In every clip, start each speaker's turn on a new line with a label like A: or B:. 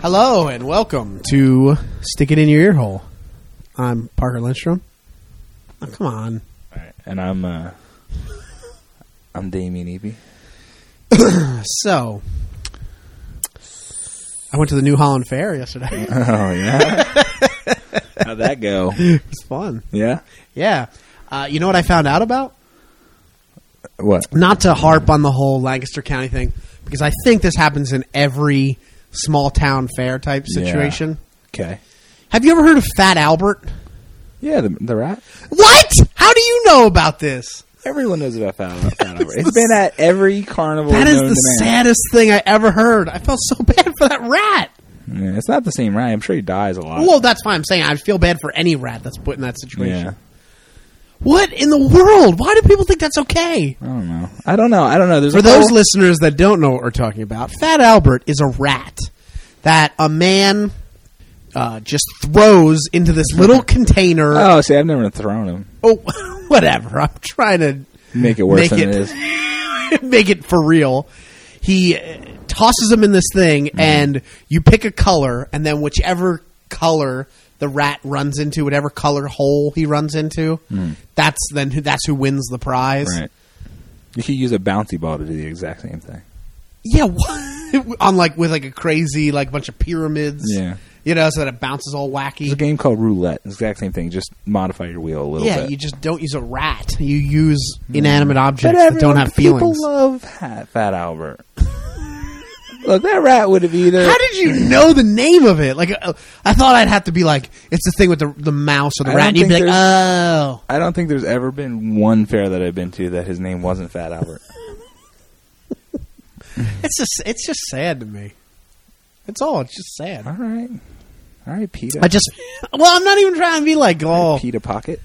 A: Hello and welcome to Stick It In Your Ear Hole. I'm Parker Lindstrom. Oh, come on.
B: And I'm uh I'm Damien Eby.
A: So, I went to the New Holland Fair yesterday. it
B: Oh yeah. How'd that go?
A: was fun.
B: Yeah?
A: Yeah. Uh, you know what I found out about?
B: What?
A: Not to harp on the whole Lancaster County thing, because I think this happens in every small town fair type situation.
B: Okay.
A: Have you ever heard of Fat Albert?
B: Yeah, the the rat.
A: What? How do you know about this?
B: Everyone knows about Fat Albert. Fat Albert. It's been at every carnival.
A: That is
B: known
A: the
B: to man.
A: saddest thing I ever heard. I felt so bad for that rat.
B: Yeah, it's not the same rat. I'm sure he dies a lot.
A: Oh, Well, that's why I'm saying I feel bad for any rat that's put in that situation.
B: Yeah.
A: What in the world? Why do people think that's okay?
B: I don't know. I don't know. I don't know. There's
A: For
B: a
A: those
B: whole-
A: listeners that don't know what we're talking about, Fat Albert is a rat that a man uh, just throws into this little container.
B: Oh, see, I've never thrown him.
A: oh, whatever. I'm trying to
B: Make it worse
A: Make
B: than
A: it-
B: it is.
A: make it for real. He uh, tosses them in this thing,
B: Mm-hmm.
A: and you pick a color, and then whichever color the rat runs into, whatever color hole he runs into, that's then who, that's who wins the prize.
B: Mm. Right. You could use a bouncy ball to do the exact same thing.
A: Yeah, what? on like with like a crazy like bunch of pyramids.
B: Yeah.
A: you know, so that it bounces all
B: There's a
A: wacky.
B: game called roulette. It's the exact same thing. Just modify your wheel a little
A: Yeah,
B: bit. Mm.
A: you just don't use a rat. You use inanimate objects
B: But
A: that don't
B: everyone-
A: have feelings.
B: People love Fat, Fat Albert. Look, that rat would have either.
A: How did you know the name of it? Like, uh, I thought I'd have to be like, it's the thing with the the mouse or the
B: I
A: rat. And
B: don't
A: you'd be like,
B: think
A: oh,
B: I don't think there's ever been one fair that I've been to that his name wasn't Fat Albert.
A: it's just it's just sad to me. It's all it's just
B: All
A: sad.
B: right, all right, Peter.
A: I just well, I'm not even trying to be like, oh,
B: Peter Pocket.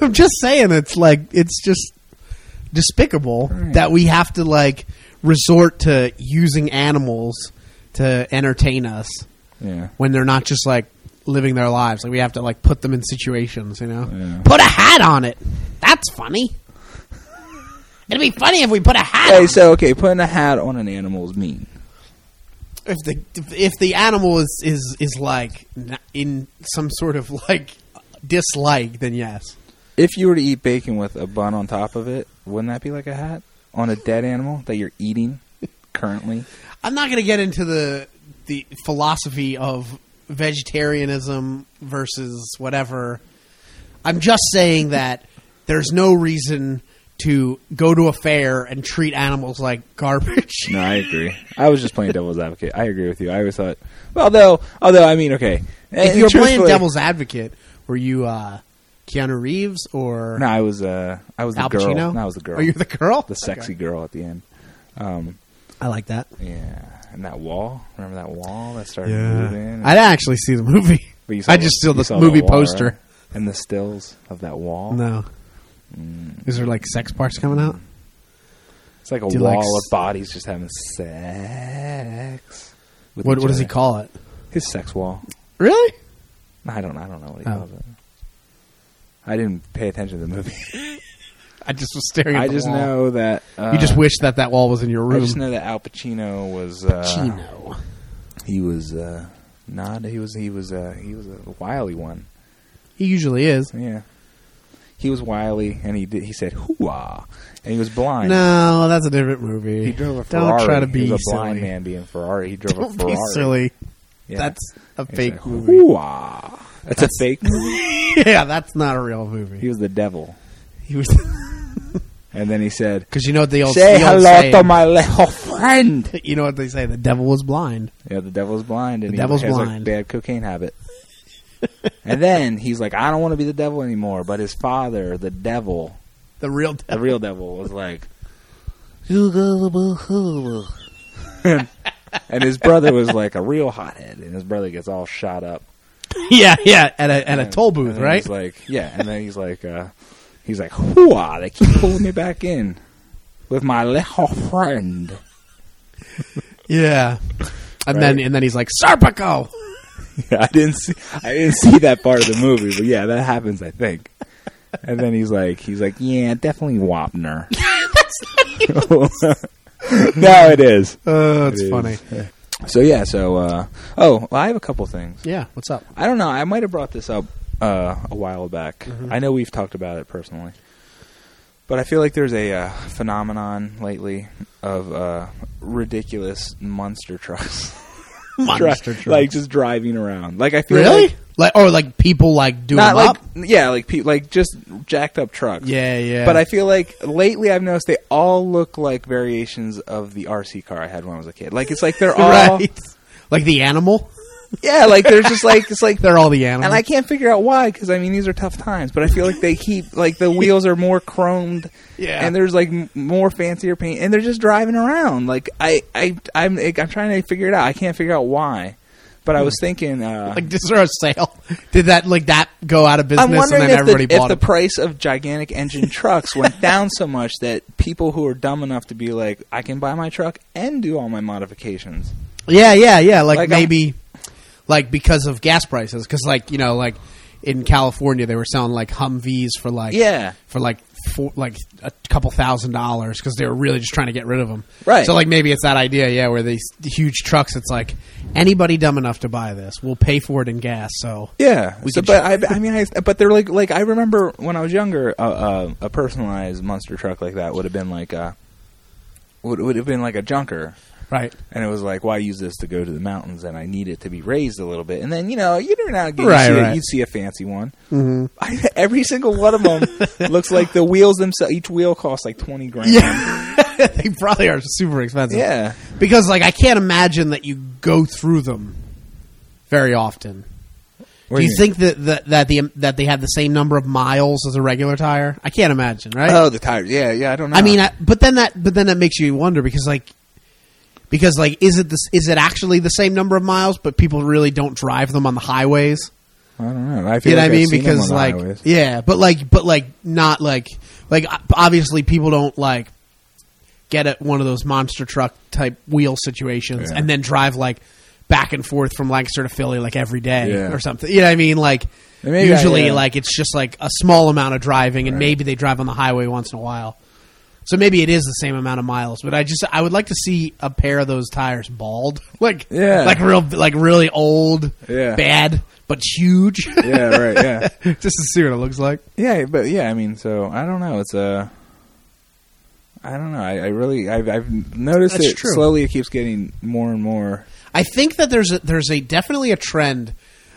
A: I'm just saying it's like it's just despicable
B: Right.
A: that we have to like resort to using animals to entertain us
B: Yeah.
A: when they're not just like living their lives. Like we have to like put them in situations, you know.
B: Yeah.
A: Put a hat on it. That's funny. It'd be funny if we put a hat. on
B: Hey,
A: it.
B: so okay, putting a hat on an animal is mean.
A: if the if the animal is is is like n- in some sort of like dislike, then yes.
B: If you were to eat bacon with a bun on top of it, wouldn't that be like a hat on a dead animal that you're eating currently?
A: I'm not going to get into the the philosophy of vegetarianism versus whatever. I'm just saying that there's no reason to go to a fair and treat animals like garbage.
B: No, I agree. I was just playing devil's advocate. I agree with you. I always thought, well, although, although I mean, okay,
A: if you're playing
B: Truthfully-
A: devil's advocate, were you uh, Keanu Reeves or
B: No, I was uh, I was the
A: Al
B: girl.
A: Pacino?
B: No, I was the girl.
A: Oh, you're the girl.
B: the
A: Okay.
B: sexy girl at the end. Um,
A: I like that.
B: yeah, and that wall. Remember that wall that started moving.
A: I didn't actually see the movie.
B: But you saw
A: I
B: the-
A: just saw
B: you
A: the
B: saw
A: movie
B: that wall,
A: poster.
B: right? and the stills of that wall.
A: No.
B: Mm.
A: Is there like sex parts coming out?
B: It's like a
A: Do you
B: wall
A: like s-
B: of bodies just having sex. with
A: What
B: each
A: what does he
B: other.
A: call it?
B: his sex wall?
A: Really?
B: I don't. I don't know what he
A: Oh.
B: calls it. I didn't pay attention to the movie.
A: I just was staring. At
B: I
A: the
B: just
A: wall.
B: know that uh,
A: You just wish that that wall was in your
B: I
A: room.
B: just know that Al Pacino was uh,
A: Chino.
B: He was uh, not. He was. He was. Uh, he was a wily one.
A: He usually is.
B: Yeah. He was wily, and he did, he said "hooah," and he was blind.
A: No, that's a different movie.
B: He drove a Ferrari.
A: Don't try to be
B: he was a
A: silly.
B: blind man being Ferrari. He drove
A: Don't
B: a Ferrari.
A: be silly.
B: Yeah.
A: That's a
B: He
A: fake
B: said,
A: movie.
B: "Hooah." That's, a fake. movie.
A: yeah, that's not a real
B: he
A: movie.
B: was the devil,
A: He was
B: and then he said,
A: because you know what they old
B: "Say
A: the old
B: hello
A: saying-
B: to my little friend."
A: You know what they say? The devil was blind.
B: Yeah, the devil's blind, and
A: The
B: he
A: devil's
B: has
A: blind.
B: a bad cocaine habit. and then he's like, "I don't want to be the devil anymore." But his father, the devil,
A: The real
B: the
A: devil.
B: real devil, was like, and his brother was like a real hothead, and his brother gets all shot up
A: yeah, yeah. At a at a toll booth,
B: And then
A: right?
B: He's like, yeah, and then he's like, uh, he's like, hooah! They keep pulling me back in with my little friend.
A: yeah. And then
B: Right.
A: and then he's like Serpico.
B: I didn't see, I didn't see that part of the movie, but yeah, that happens, I think. And then he's like, he's like, yeah, definitely Wapner. no, it is.
A: Oh,
B: It
A: Uh, it's
B: is.
A: funny.
B: So yeah, so uh, oh, I have a couple things.
A: Yeah, what's up?
B: I don't know. I might have brought this up uh, a while back.
A: Mm-hmm.
B: I know we've talked about it personally, but I feel like there's a uh, phenomenon lately of uh, ridiculous monster trucks,
A: Monster
B: Dri-
A: truck.
B: like just driving around. Like I feel
A: really?
B: like,
A: Like or like people like doing
B: not like
A: up?
B: yeah, like pe- like just jacked up trucks.
A: Yeah, yeah.
B: But I feel like lately I've noticed they all look like variations of the RC car I had when I was a kid. Like it's like they're all
A: right. Like the animal?
B: yeah, like they're just like it's like
A: They're all the animal.
B: and I can't figure out why because I mean these are tough times. But I feel like they keep like the wheels are more chromed,
A: Yeah.
B: and there's like m- more fancier paint, and they're just driving around. Like I, I, I'm, I'm trying to figure it out. I can't figure out why. But I was thinking, uh,
A: Hmm. like, is there a sale? Did that like that go out of
B: I'm
A: business and
B: wondering
A: then
B: if,
A: everybody
B: the, if
A: bought
B: the
A: it?
B: price of gigantic engine trucks went down so much that people who are dumb enough to be like, I can buy my truck and do all my modifications.
A: Yeah, yeah, yeah. Like,
B: Like, um, I'm-
A: maybe, like because of gas prices, because like you know, like in California they were selling like Humvees for like
B: Yeah.
A: for like four, like a couple thousand dollars because they were really just trying to get rid of them.
B: Right.
A: So like maybe it's that idea, yeah, where these huge trucks. It's like anybody dumb enough to buy this will pay for it in gas. So
B: Yeah,
A: We
B: so,
A: could
B: but I, I mean, I, but they're like, like I remember when I was younger, uh, uh, a personalized monster truck like that would have been like a, would would have been like a junker,
A: right,
B: and it was like, why use this to go to the mountains? And I need it to be raised a little bit, and then you know, you never know, you
A: Right,
B: see,
A: right.
B: you see a fancy one. Mm-hmm. I, every single one of them looks like the wheels themselves. Each wheel costs like twenty grand.
A: yeah, they probably are super expensive.
B: Yeah.
A: because like I can't imagine that you go through them very often.
B: What
A: do
B: do
A: you
B: you
A: think that that that, the, that they have the same number of miles as a regular tire? I can't imagine, right?
B: Oh, the tires. Yeah, yeah. I don't know.
A: I mean, I, but then that but then that makes you wonder because like because like is it this is it actually the same number of miles? But people really don't drive them on the highways.
B: I don't know. I feel
A: You know what
B: like
A: I mean?
B: I've seen them
A: Because
B: on the
A: like
B: highways.
A: yeah, but like but like not like like o- obviously people don't like get at one of those monster truck type wheel situations
B: Yeah.
A: and then drive like back and forth from Lancaster to Philly like every day
B: Yeah.
A: or something. You know what I mean? Like
B: And maybe I-
A: usually
B: yeah.
A: like it's just like a small amount of driving and maybe they drive on the highway once in a while. So maybe it is the same amount of miles, but I just I would like to see a pair of those tires bald, like
B: Yeah.
A: like real like really old,
B: Yeah.
A: bad but huge.
B: yeah, right. Yeah.
A: just to see what it looks like.
B: Yeah, but yeah, I mean, so I don't know. It's uh, I don't know. I, I really, I've, I've noticed
A: That's
B: it
A: true.
B: slowly. It keeps getting more and more.
A: I think that there's a, there's a definitely a trend,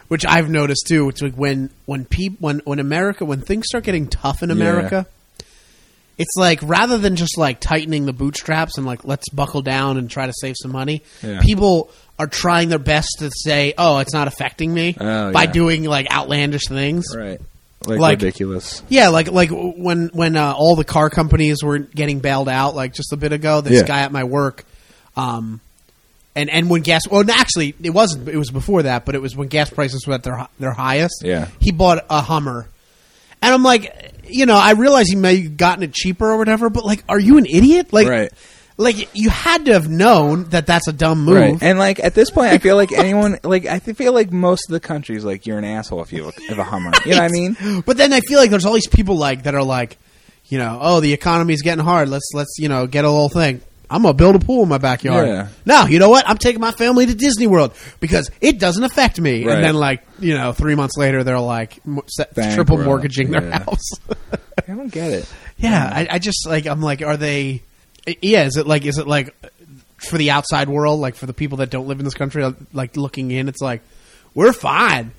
A: which I've noticed too. Which like when when peop, when when America when things start getting tough in America, it's like rather than just like tightening the bootstraps and like let's buckle down and try to save some money,
B: Yeah.
A: people are trying their best to say, "Oh, it's not affecting me,"
B: Oh,
A: by
B: yeah.
A: doing like outlandish things.
B: Right. Like,
A: Like-
B: ridiculous.
A: Yeah, like like when when uh, all the car companies were getting bailed out, like just a bit ago, this
B: Yeah.
A: guy at my work, um, and and when gas, well, no, actually, it wasn't. It was before that, but it was when gas prices were at their hi- their highest.
B: Yeah.
A: he bought a Hummer, and I'm like, you know, I realize he may have gotten it cheaper or whatever, but like, are you an idiot? Like,
B: Right.
A: like you had to have known that that's a dumb move.
B: Right. And like at this point, I feel like anyone, like I th- feel like most of the countries, like you're an asshole if you have a- have a Hummer. You know what I mean?
A: But then I feel like there's all these people like that are like, you know, oh the economy's getting hard. Let's let's you know get a little thing. I'm gonna build a pool in my backyard.
B: Yeah.
A: No, you know what? I'm taking my family to Disney World because it doesn't affect me.
B: Right.
A: And then like you know, three months later they're like mo- set,
B: Bankrupt.
A: triple mortgaging their
B: Yeah.
A: house.
B: I don't get it.
A: yeah, I, I just like I'm like, are they? Yeah, is it like is it like for the outside world, like for the people that don't live in this country, uh, like looking in, it's like we're fine,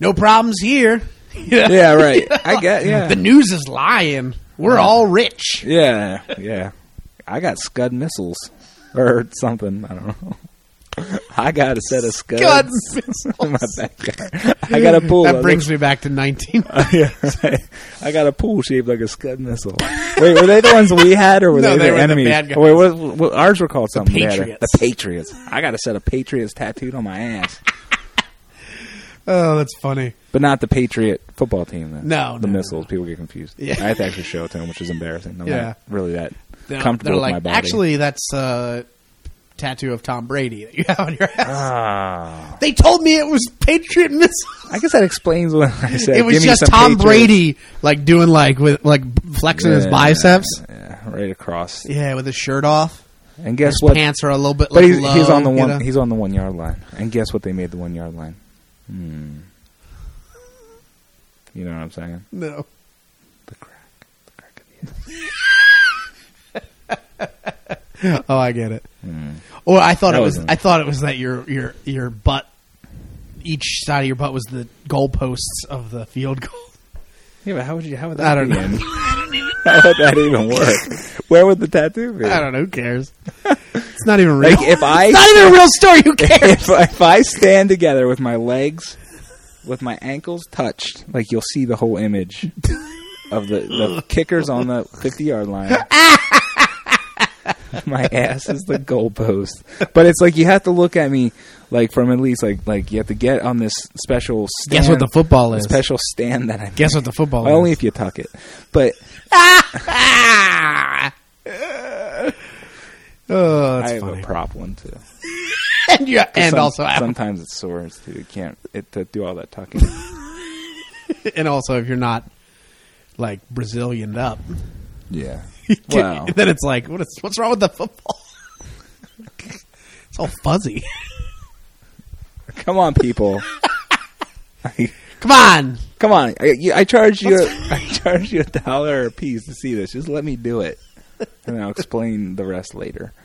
A: no problems here.
B: Yeah. Right. I get. Yeah.
A: The news is lying. We're all rich.
B: Yeah. Yeah. I got Scud missiles or something. I don't know. I got a set of Scuds.
A: God,
B: in my backyard. I got a pool
A: that brings me back to 19.
B: yeah, right. I got a pool shaped like a Scud missile. Wait, were they the ones we had, or were
A: No,
B: they,
A: they
B: the
A: were the
B: enemies?
A: bad guys.
B: Wait, what, what, ours were called something. bad.
A: Patriots.
B: The Patriots. I got a set of Patriots tattooed on my ass,
A: oh, that's funny.
B: but not the Patriot football team. Though.
A: No,
B: the
A: no,
B: missiles. People get confused.
A: Yeah.
B: I had to actually show it to them, which is embarrassing. I'm
A: Yeah.
B: not really that
A: They're-
B: comfortable
A: they're
B: with
A: like,
B: my body.
A: Actually, that's a tattoo of Tom Brady that you have on your ass.
B: Ah.
A: They told me it was Patriot missile.
B: I guess that explains what I said.
A: It was
B: Give me
A: just
B: some
A: Tom
B: Patriots.
A: Brady, like doing like with like flexing his
B: Yeah,
A: biceps.
B: yeah, right across.
A: Yeah, with his shirt off.
B: And guess
A: His
B: what?
A: pants are a little bit.
B: But
A: like,
B: he's,
A: low,
B: he's on the
A: you
B: one.
A: know?
B: He's on the one yard line. And guess what? They made the one yard line. Hmm. You know what I'm saying?
A: no.
B: The crack. The crack of the egg.
A: Oh, I get it.
B: Hmm.
A: Or I thought
B: That
A: it was.
B: wasn't-
A: I thought it was that your your your butt. Each side of your butt was the goalposts of the field goal.
B: Yeah, but how would you? How would that?
A: I don't
B: be
A: know.
B: in- how would that even work? Where would the tattoo be?
A: I don't know. Who cares? It's not even real.
B: Like if I
A: it's not even a real story. Who cares?
B: if, if I stand together with my legs, with my ankles touched, like you'll see the whole image of the, the kickers on the 50 yard line. my ass is the goalpost. But it's like you have to look at me like from at least like like you have to get on this special stand.
A: Guess what the football is.
B: special stand that I
A: Guess what the football
B: well, only
A: is. Ah!
B: if you tuck it. But
A: Oh,
B: I
A: that's
B: have
A: funny.
B: a prop one too.
A: and you, and
B: Some-
A: also have-
B: sometimes it soars too. It can't it to do all that tucking.
A: and also if you're not like Brazilianed up,
B: yeah.
A: wow. then it's like what is what's wrong with the football? it's all fuzzy.
B: Come on, people.
A: Come on,
B: Come on. I, you- I charge you. I charge you a dollar a piece to see this. Just let me do it, and I'll explain the rest later.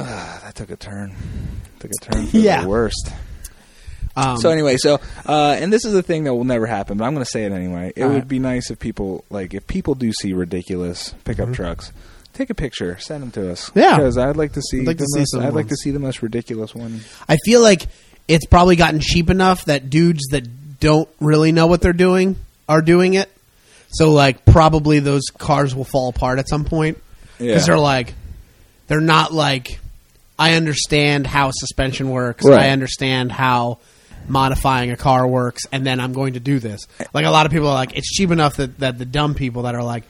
B: Ah, that took a turn. Took a turn for
A: Yeah.
B: the worst.
A: um,
B: so anyway, so uh, and this is a thing that will never happen, but I'm going to say it anyway. It
A: All
B: would
A: right.
B: be nice if people like if people do see ridiculous pickup trucks, take a picture, send them to us.
A: Mm-hmm. Yeah.
B: because I'd like to see.
A: I'd like
B: the
A: to see
B: most,
A: some
B: I'd like to
A: ones.
B: see the most ridiculous one.
A: I feel like it's probably gotten cheap enough that dudes that don't really know what they're doing are doing it. So like probably those cars will fall apart at some point
B: Yeah.
A: because they're like they're not like I understand how suspension works.
B: Right.
A: I understand how modifying a car works, and then I'm going to do this. Like a lot of people are like it's cheap enough that that the dumb people that are like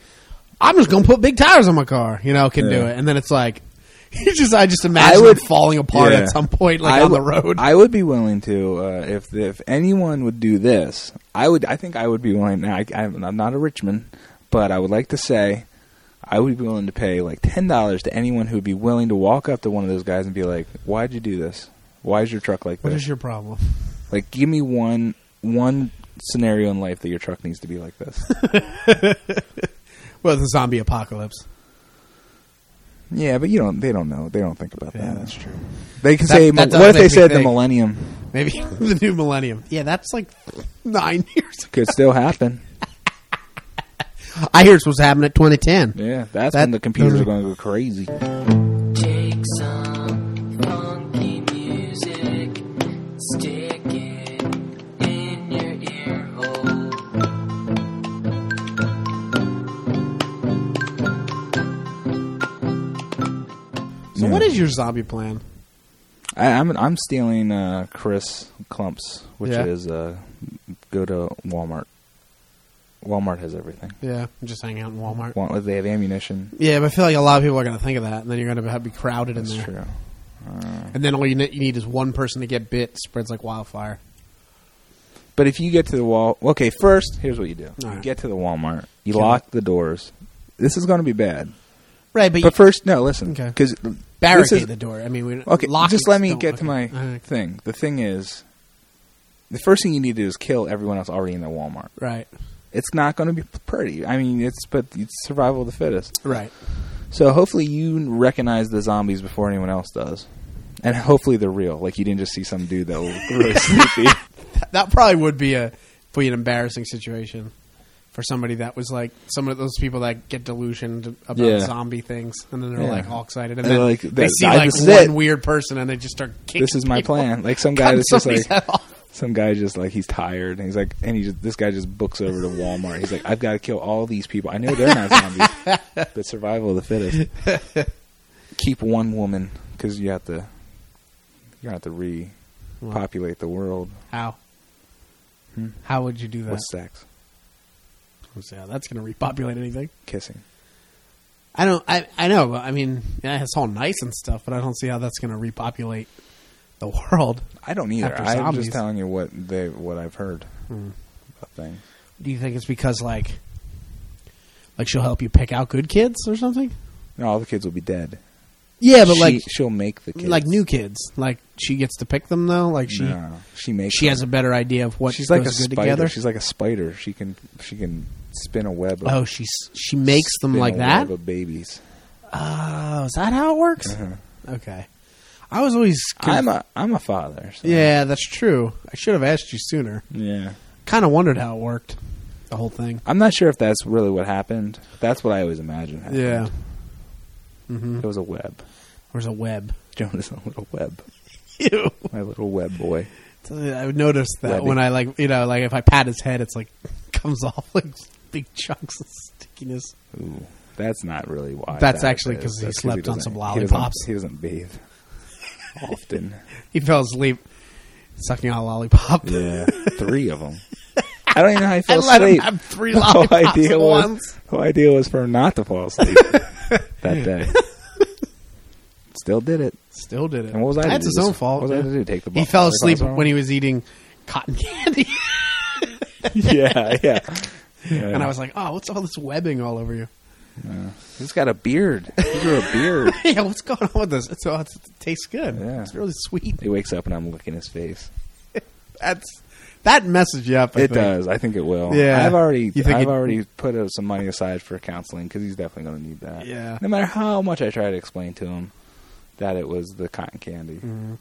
A: I'm just going to put big tires on my car, you know, can do
B: Yeah.
A: it, and then it's like. You just, I just imagine I
B: I would-
A: falling apart
B: Yeah.
A: at some point, like
B: I
A: on the
B: w-
A: road.
B: I would be willing to uh, if if anyone would do this. I would. I think I would be willing. Now, I, I'm I'm not a Richmond, but I would like to say I would be willing to pay like ten dollars to anyone who would be willing to walk up to one of those guys and be like, "Why'd you do this? Why is your truck like
A: What
B: this?
A: is your problem?
B: like, give me one one scenario in life that your truck needs to be like this."
A: Well, the zombie apocalypse.
B: yeah, but you don't. They don't know. They don't think about that.
A: true.
B: They can
A: That-
B: say,
A: that does
B: "What if they
A: make me
B: said the
A: think.
B: millennium
A: Maybe the new millennium. Yeah, that's like nine years.
B: could still happen?"
A: ago. I hear it's what's happening at 2010.
B: Yeah, that's
A: That-
B: when the computers are going to go crazy.
C: Take some funky music, stick it in your ear hole.
A: So,
B: Yeah.
A: what is your zombie plan?
B: I, I'm I'm stealing uh, Chris Clumps, which
A: Yeah.
B: is uh, go to Walmart. Walmart has everything.
A: Yeah, just hang out in Walmart.
B: Wa- They have ammunition.
A: Yeah, but I feel like a lot of people are going to think of that, and then you're going to be crowded in
B: That's
A: there.
B: true.
A: And then all you, ne- you need is one person to get bit. Spreads like wildfire.
B: But if you get to the wall, okay. First, here's what you do:
A: All
B: you
A: right.
B: get to the Walmart, you
A: Kill
B: lock the doors. This is going to be bad.
A: Right, but,
B: But
A: you
B: first, no, listen,
A: Okay.
B: because
A: barricade the door. I mean, we
B: Okay,
A: lock
B: just
A: it,
B: let me
A: don't-
B: get
A: okay.
B: to my
A: All right.
B: thing. The thing is, the first thing you need to do is kill everyone else already in the Walmart.
A: right,
B: It's not going to be pretty. I mean, it's but it's survival of the fittest.
A: right.
B: So hopefully you recognize the zombies before anyone else does, and hopefully they're real. Like you didn't just see some dude that was really sleepy.
A: that probably would be a be an embarrassing situation for somebody that was like some of those people that get delusioned about
B: Yeah.
A: zombie things, and then they're
B: Yeah.
A: like all excited, and,
B: And they're
A: then
B: like,
A: they
B: that-
A: see
B: I-
A: like
B: this is
A: one
B: it.
A: weird person, and they just start. Kicking
B: this is my
A: people.
B: plan. Like some guy
A: Cut
B: is just
A: somebody's
B: like
A: head off.
B: some guy just like he's tired and he's like and he just this guy just books over to Walmart. He's like I've got to kill all these people. I know they're not zombies, but survival of the fittest. Keep one woman because you have to you have to repopulate the world
A: How? How would you do that?
B: with sex,
A: So, yeah, that's going to repopulate anything.
B: kissing.
A: I don't. I I know. but I mean, yeah, it's all nice and stuff, but I don't see how that's going to repopulate the world.
B: I don't either.
A: After
B: I'm
A: zombies. Hmm.
B: just telling you what they what I've heard about things.
A: Do you think it's because like, like she'll help you pick out good kids or something?
B: and all the kids will be dead.
A: Yeah, but
B: She-
A: like
B: she'll make the kids.
A: like new kids, like she gets to pick them though. Like she
B: No, she makes.
A: she
B: them.
A: has a better idea of what
B: She's like a
A: goes good
B: spider.
A: together.
B: She's like a spider. She can she can spin a web. Of,
A: oh, she's she makes them
B: spin
A: like
B: a
A: that.
B: Web of babies.
A: Oh, is that how it works? Okay, I was always conf-
B: Uh-huh. I'm a I'm a father. So.
A: yeah, that's true. I should have asked you sooner.
B: yeah.
A: Kind of wondered how it worked, the whole thing.
B: I'm not sure if that's really what happened. That's what I always imagined. Happened.
A: Yeah, mm-hmm.
B: It was a web.
A: there's a web.
B: Jonah's a little web.
A: Ew.
B: My little web boy.
A: I would notice that
B: Webby.
A: when I like you know like if I pat his head, it's like comes off like big chunks of stickiness.
B: Ooh, that's not really why.
A: That's
B: that
A: actually
B: is.
A: 'cause he
B: That's
A: slept on
B: doesn't-
A: some
B: he
A: lollipops.
B: doesn't- He doesn't, bathe often.
A: He fell asleep sucking on a lollipop.
B: yeah, three of them. I don't even know how he
A: I
B: fell
A: let him
B: asleep.
A: have three
B: The whole
A: lollipops
B: idea
A: at
B: was
A: once.
B: the whole idea was for him not to fall asleep that day. Still did it.
A: Still did it.
B: And what was I? to
A: That's
B: do?
A: his
B: This-
A: own fault.
B: What was I
A: yeah.
B: to do? Take the ball.
A: He fell asleep when he was eating cotton candy,
B: yeah, yeah. yeah.
A: and I was like, "Oh, what's all this webbing all over you?
B: He's got a beard. He grew a beard.
A: yeah, what's going on with this? It's, oh, it's, it tastes good.
B: Yeah.
A: It's really sweet.
B: he wakes up and I'm licking his face.
A: That's that messes you up. I
B: it
A: think.
B: does. I think it will.
A: Yeah.
B: I've already,
A: You think
B: I've
A: it-
B: already put uh, some money aside for counseling because he's definitely going to need that.
A: Yeah.
B: No matter how much I try to explain to him that it was the cotton candy,
A: Mm-hmm.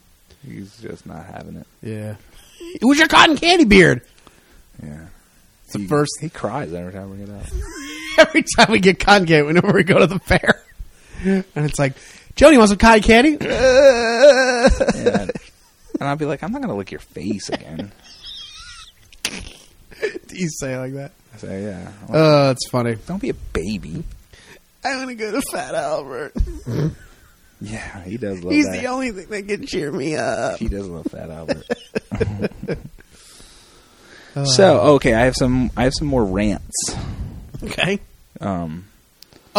B: he's just not having it.
A: Yeah, it was your cotton candy beard.
B: Yeah.
A: It's the
B: he,
A: first
B: he cries every time we get out.
A: every time we get cotton candy whenever we go to the fair, and it's like, Joni wants some cotton candy.
B: and, and I'll be like, I'm not going to lick your face again.
A: Do you say it like that?
B: I say, yeah. I'm like,
A: Oh, it's funny.
B: Don't be a baby.
A: I'm gonna go to Fat Albert.
B: Yeah, he does love
A: He's
B: that.
A: the only thing that can cheer me up.
B: he does love Fat Albert. so
A: Uh.
B: okay, I have some I have some more rants.
A: okay.
B: Um,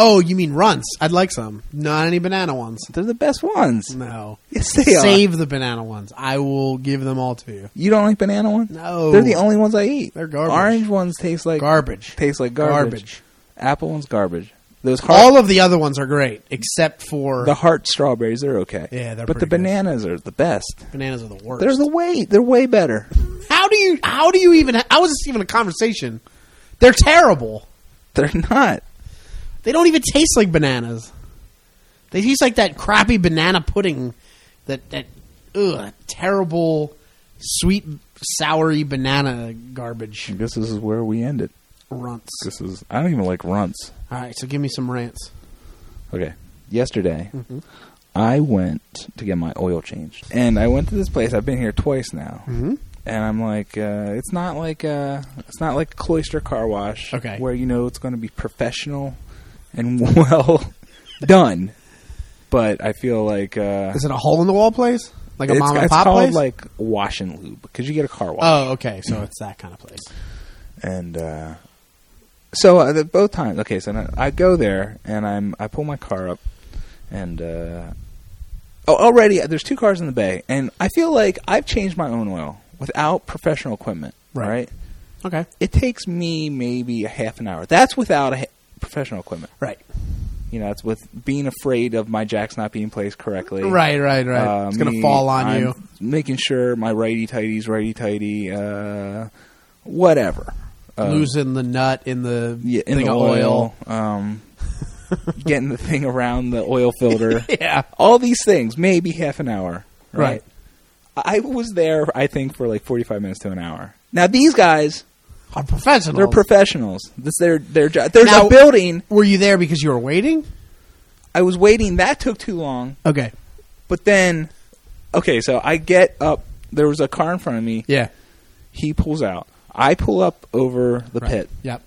A: Oh, you mean runts? I'd like some. Not any banana ones.
B: they're the best ones.
A: No.
B: Yes, they are.
A: Save the banana ones. I will give them all to you.
B: You don't like banana ones?
A: No.
B: They're the only ones I eat.
A: They're garbage.
B: Orange ones taste like
A: Garbage.
B: Taste like garbage.
A: Garbage.
B: Apple ones garbage. Those heart,
A: All of the other ones are great, except for
B: the heart strawberries are okay.
A: Yeah, they're
B: but the
A: pretty good.
B: bananas are the best.
A: bananas are the worst.
B: They're the way they're way better.
A: how do you how do you even how is this even a conversation? They're terrible.
B: They're not.
A: They don't even taste like bananas. They taste like that crappy banana pudding, that that ugh, that terrible sweet soury banana garbage
B: I guess this is where we end it.
A: runts.
B: This is I don't even like runts.
A: All right, so give me some rants.
B: Okay. Yesterday, I went to get my oil changed, and I went to this place. I've been here twice now,
A: Mhm.
B: and I'm like, uh, it's not like uh, it's not like Cloister Car Wash,
A: Okay.
B: where you know it's going to be professional and well done. But I feel like uh,
A: Is it a hole in the wall place, like a
B: it's,
A: mom and
B: it's
A: pop
B: called
A: place?
B: like wash and lube because you get a car wash.
A: oh, okay, so it's that kind of place.
B: and uh, so uh, the, both times. Okay, so now I go there and I'm I pull my car up, and uh, oh, already uh, there's two cars in the bay, and I feel like I've changed my own oil without professional equipment.
A: Right.
B: Right.
A: Okay,
B: It takes me maybe a half an hour. That's without a ha- professional equipment.
A: right,
B: You know, it's with being afraid of my jacks not being placed correctly.
A: right, right, right.
B: Uh,
A: it's gonna
B: me,
A: fall on
B: I'm
A: you.
B: Making sure my righty tighties, righty tighty, uh, whatever. Um,
A: Losing the nut in the
B: yeah, in
A: thing
B: the
A: of
B: oil, um, getting the thing around the oil filter,
A: yeah,
B: all these things, maybe half an hour, right?
A: Right.
B: I was there, I think, for like forty-five minutes to an hour. Now these guys,
A: I'm professional.
B: they're professionals. This their their job. There's
A: Now-
B: a building.
A: Were you there because you were waiting?
B: I was waiting. That took too long.
A: Okay,
B: But then, okay, so I get up. There was a car in front of me.
A: yeah,
B: He pulls out. I pull up over the
A: right.
B: pit.
A: Yep.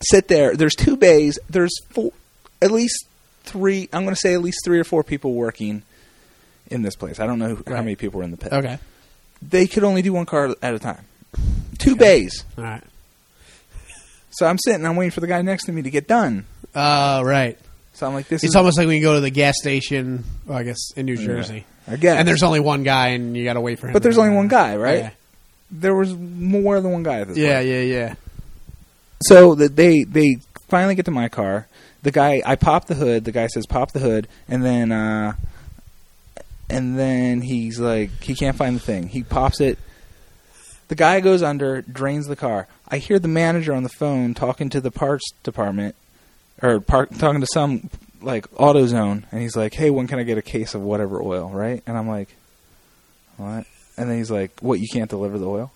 B: sit there. There's two bays. There's four, at least three. I'm going to say at least three or four people working in this place. I don't know who, how
A: Right.
B: many people were in the pit.
A: Okay.
B: They could only do one car at a time. Two bays.
A: All right.
B: So I'm sitting. I'm waiting for the guy next to me to get done.
A: Uh, right.
B: So I'm like, this
A: It's
B: is.
A: almost like when you go to the gas station, well, I guess, in New
B: Yeah.
A: Jersey.
B: I guess.
A: And there's only one guy, and you got to wait for him.
B: but
A: to
B: there's
A: get
B: only one
A: there.
B: guy, right? There was more than one guy at this.
A: Yeah,
B: place.
A: yeah, yeah.
B: So that they they finally get to my car. The guy, I pop the hood. The guy says, "Pop the hood," and then, uh, and then he's like, he can't find the thing. He pops it. The guy goes under, drains the car. I hear the manager on the phone talking to the parts department, or par- talking to some like AutoZone, and he's like, "Hey, when can I get a case of whatever oil?" Right? And I'm like, "What?" And then he's like, "What? You can't deliver the oil?"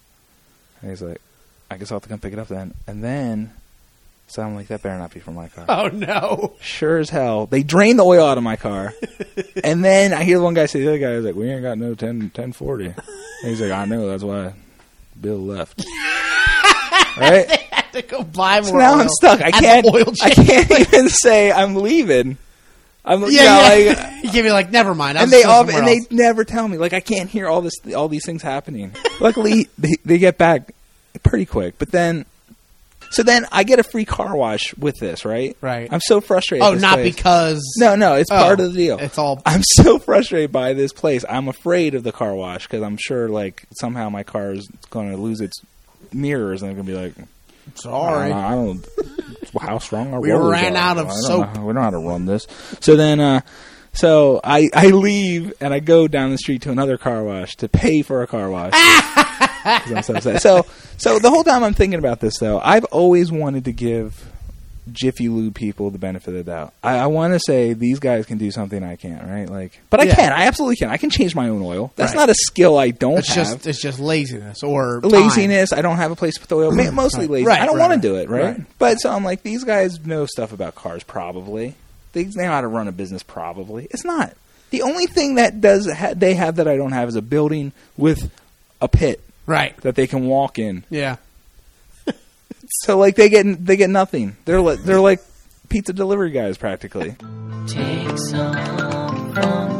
B: And he's like, "I guess I'll have to come pick it up then." And then, so I'm like, "That better not be from my car."
A: Oh no!
B: Sure as hell, they drain the oil out of my car, and then I hear one guy say to the other guy, "He's like, we ain't got no 10, 1040. And he's like, "I know, that's why Bill left." right?
A: had to go buy more.
B: So now
A: oil
B: I'm stuck. I
A: at the
B: can't.
A: Oil
B: I
A: change.
B: can't even say I'm leaving. I'm you know,
A: Yeah,
B: like-
A: yeah. you can be like, never mind. I'm
B: and they
A: still
B: all
A: somewhere
B: and they
A: else.
B: never tell me. Like I can't hear all this, all these things happening. Luckily, they, they get back pretty quick. But then, so then I get a free car wash with this, right?
A: Right.
B: I'm so frustrated.
A: Oh,
B: at this
A: not
B: place.
A: because
B: No, no, it's
A: Oh,
B: part of the deal.
A: It's all
B: I'm so frustrated by this place. I'm afraid of the car wash because I'm sure, like, somehow my car is going to lose its mirrors and they're going to be like,
A: sorry.
B: I don't. How strong our
A: We
B: rollers
A: ran
B: are.
A: out of
B: I don't
A: soap.
B: know. we don't know how to run this. So then, uh, so I I leave and I go down the street to another car wash to pay for a car wash. 'Cause I'm so upset. So so the whole time I'm thinking about this though, I've always wanted to give Jiffy Lube people the benefit of the doubt. I, I want to say these guys can do something I can't, right? Like, but I
A: Yeah.
B: can. I absolutely can. I can change my own oil. That's
A: Right.
B: not a skill I don't
A: It's
B: have
A: just it's just laziness or time.
B: laziness. I don't have a place to put the oil. Ma- Mostly lazy.
A: Right,
B: I don't
A: right,
B: want
A: right.
B: to do it, right?
A: Right.
B: But so I'm like, these guys know stuff about cars, probably. They know how to run a business, probably. It's not the only thing that does ha- they have that I don't have is a building with a pit
A: Right.
B: that they can walk in.
A: Yeah.
B: So like they get they get nothing. They're li- they're like pizza delivery guys practically.
C: Take some from